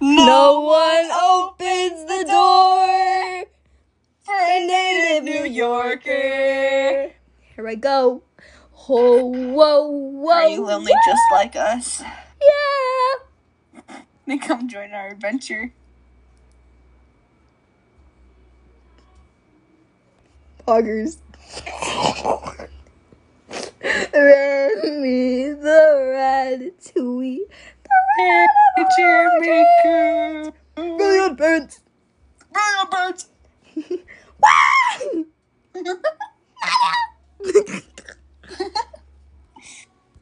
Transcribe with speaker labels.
Speaker 1: No one opens the door for a native New Yorker. Here I go. Whoa, whoa, whoa.
Speaker 2: Are you lonely just like us?
Speaker 1: Yeah.
Speaker 2: Then come join our adventure.
Speaker 1: Poggers. Run me the ratatouille.
Speaker 2: Adventure maker. Brilliant
Speaker 1: Brilliant birds.
Speaker 2: birds.
Speaker 1: Wow!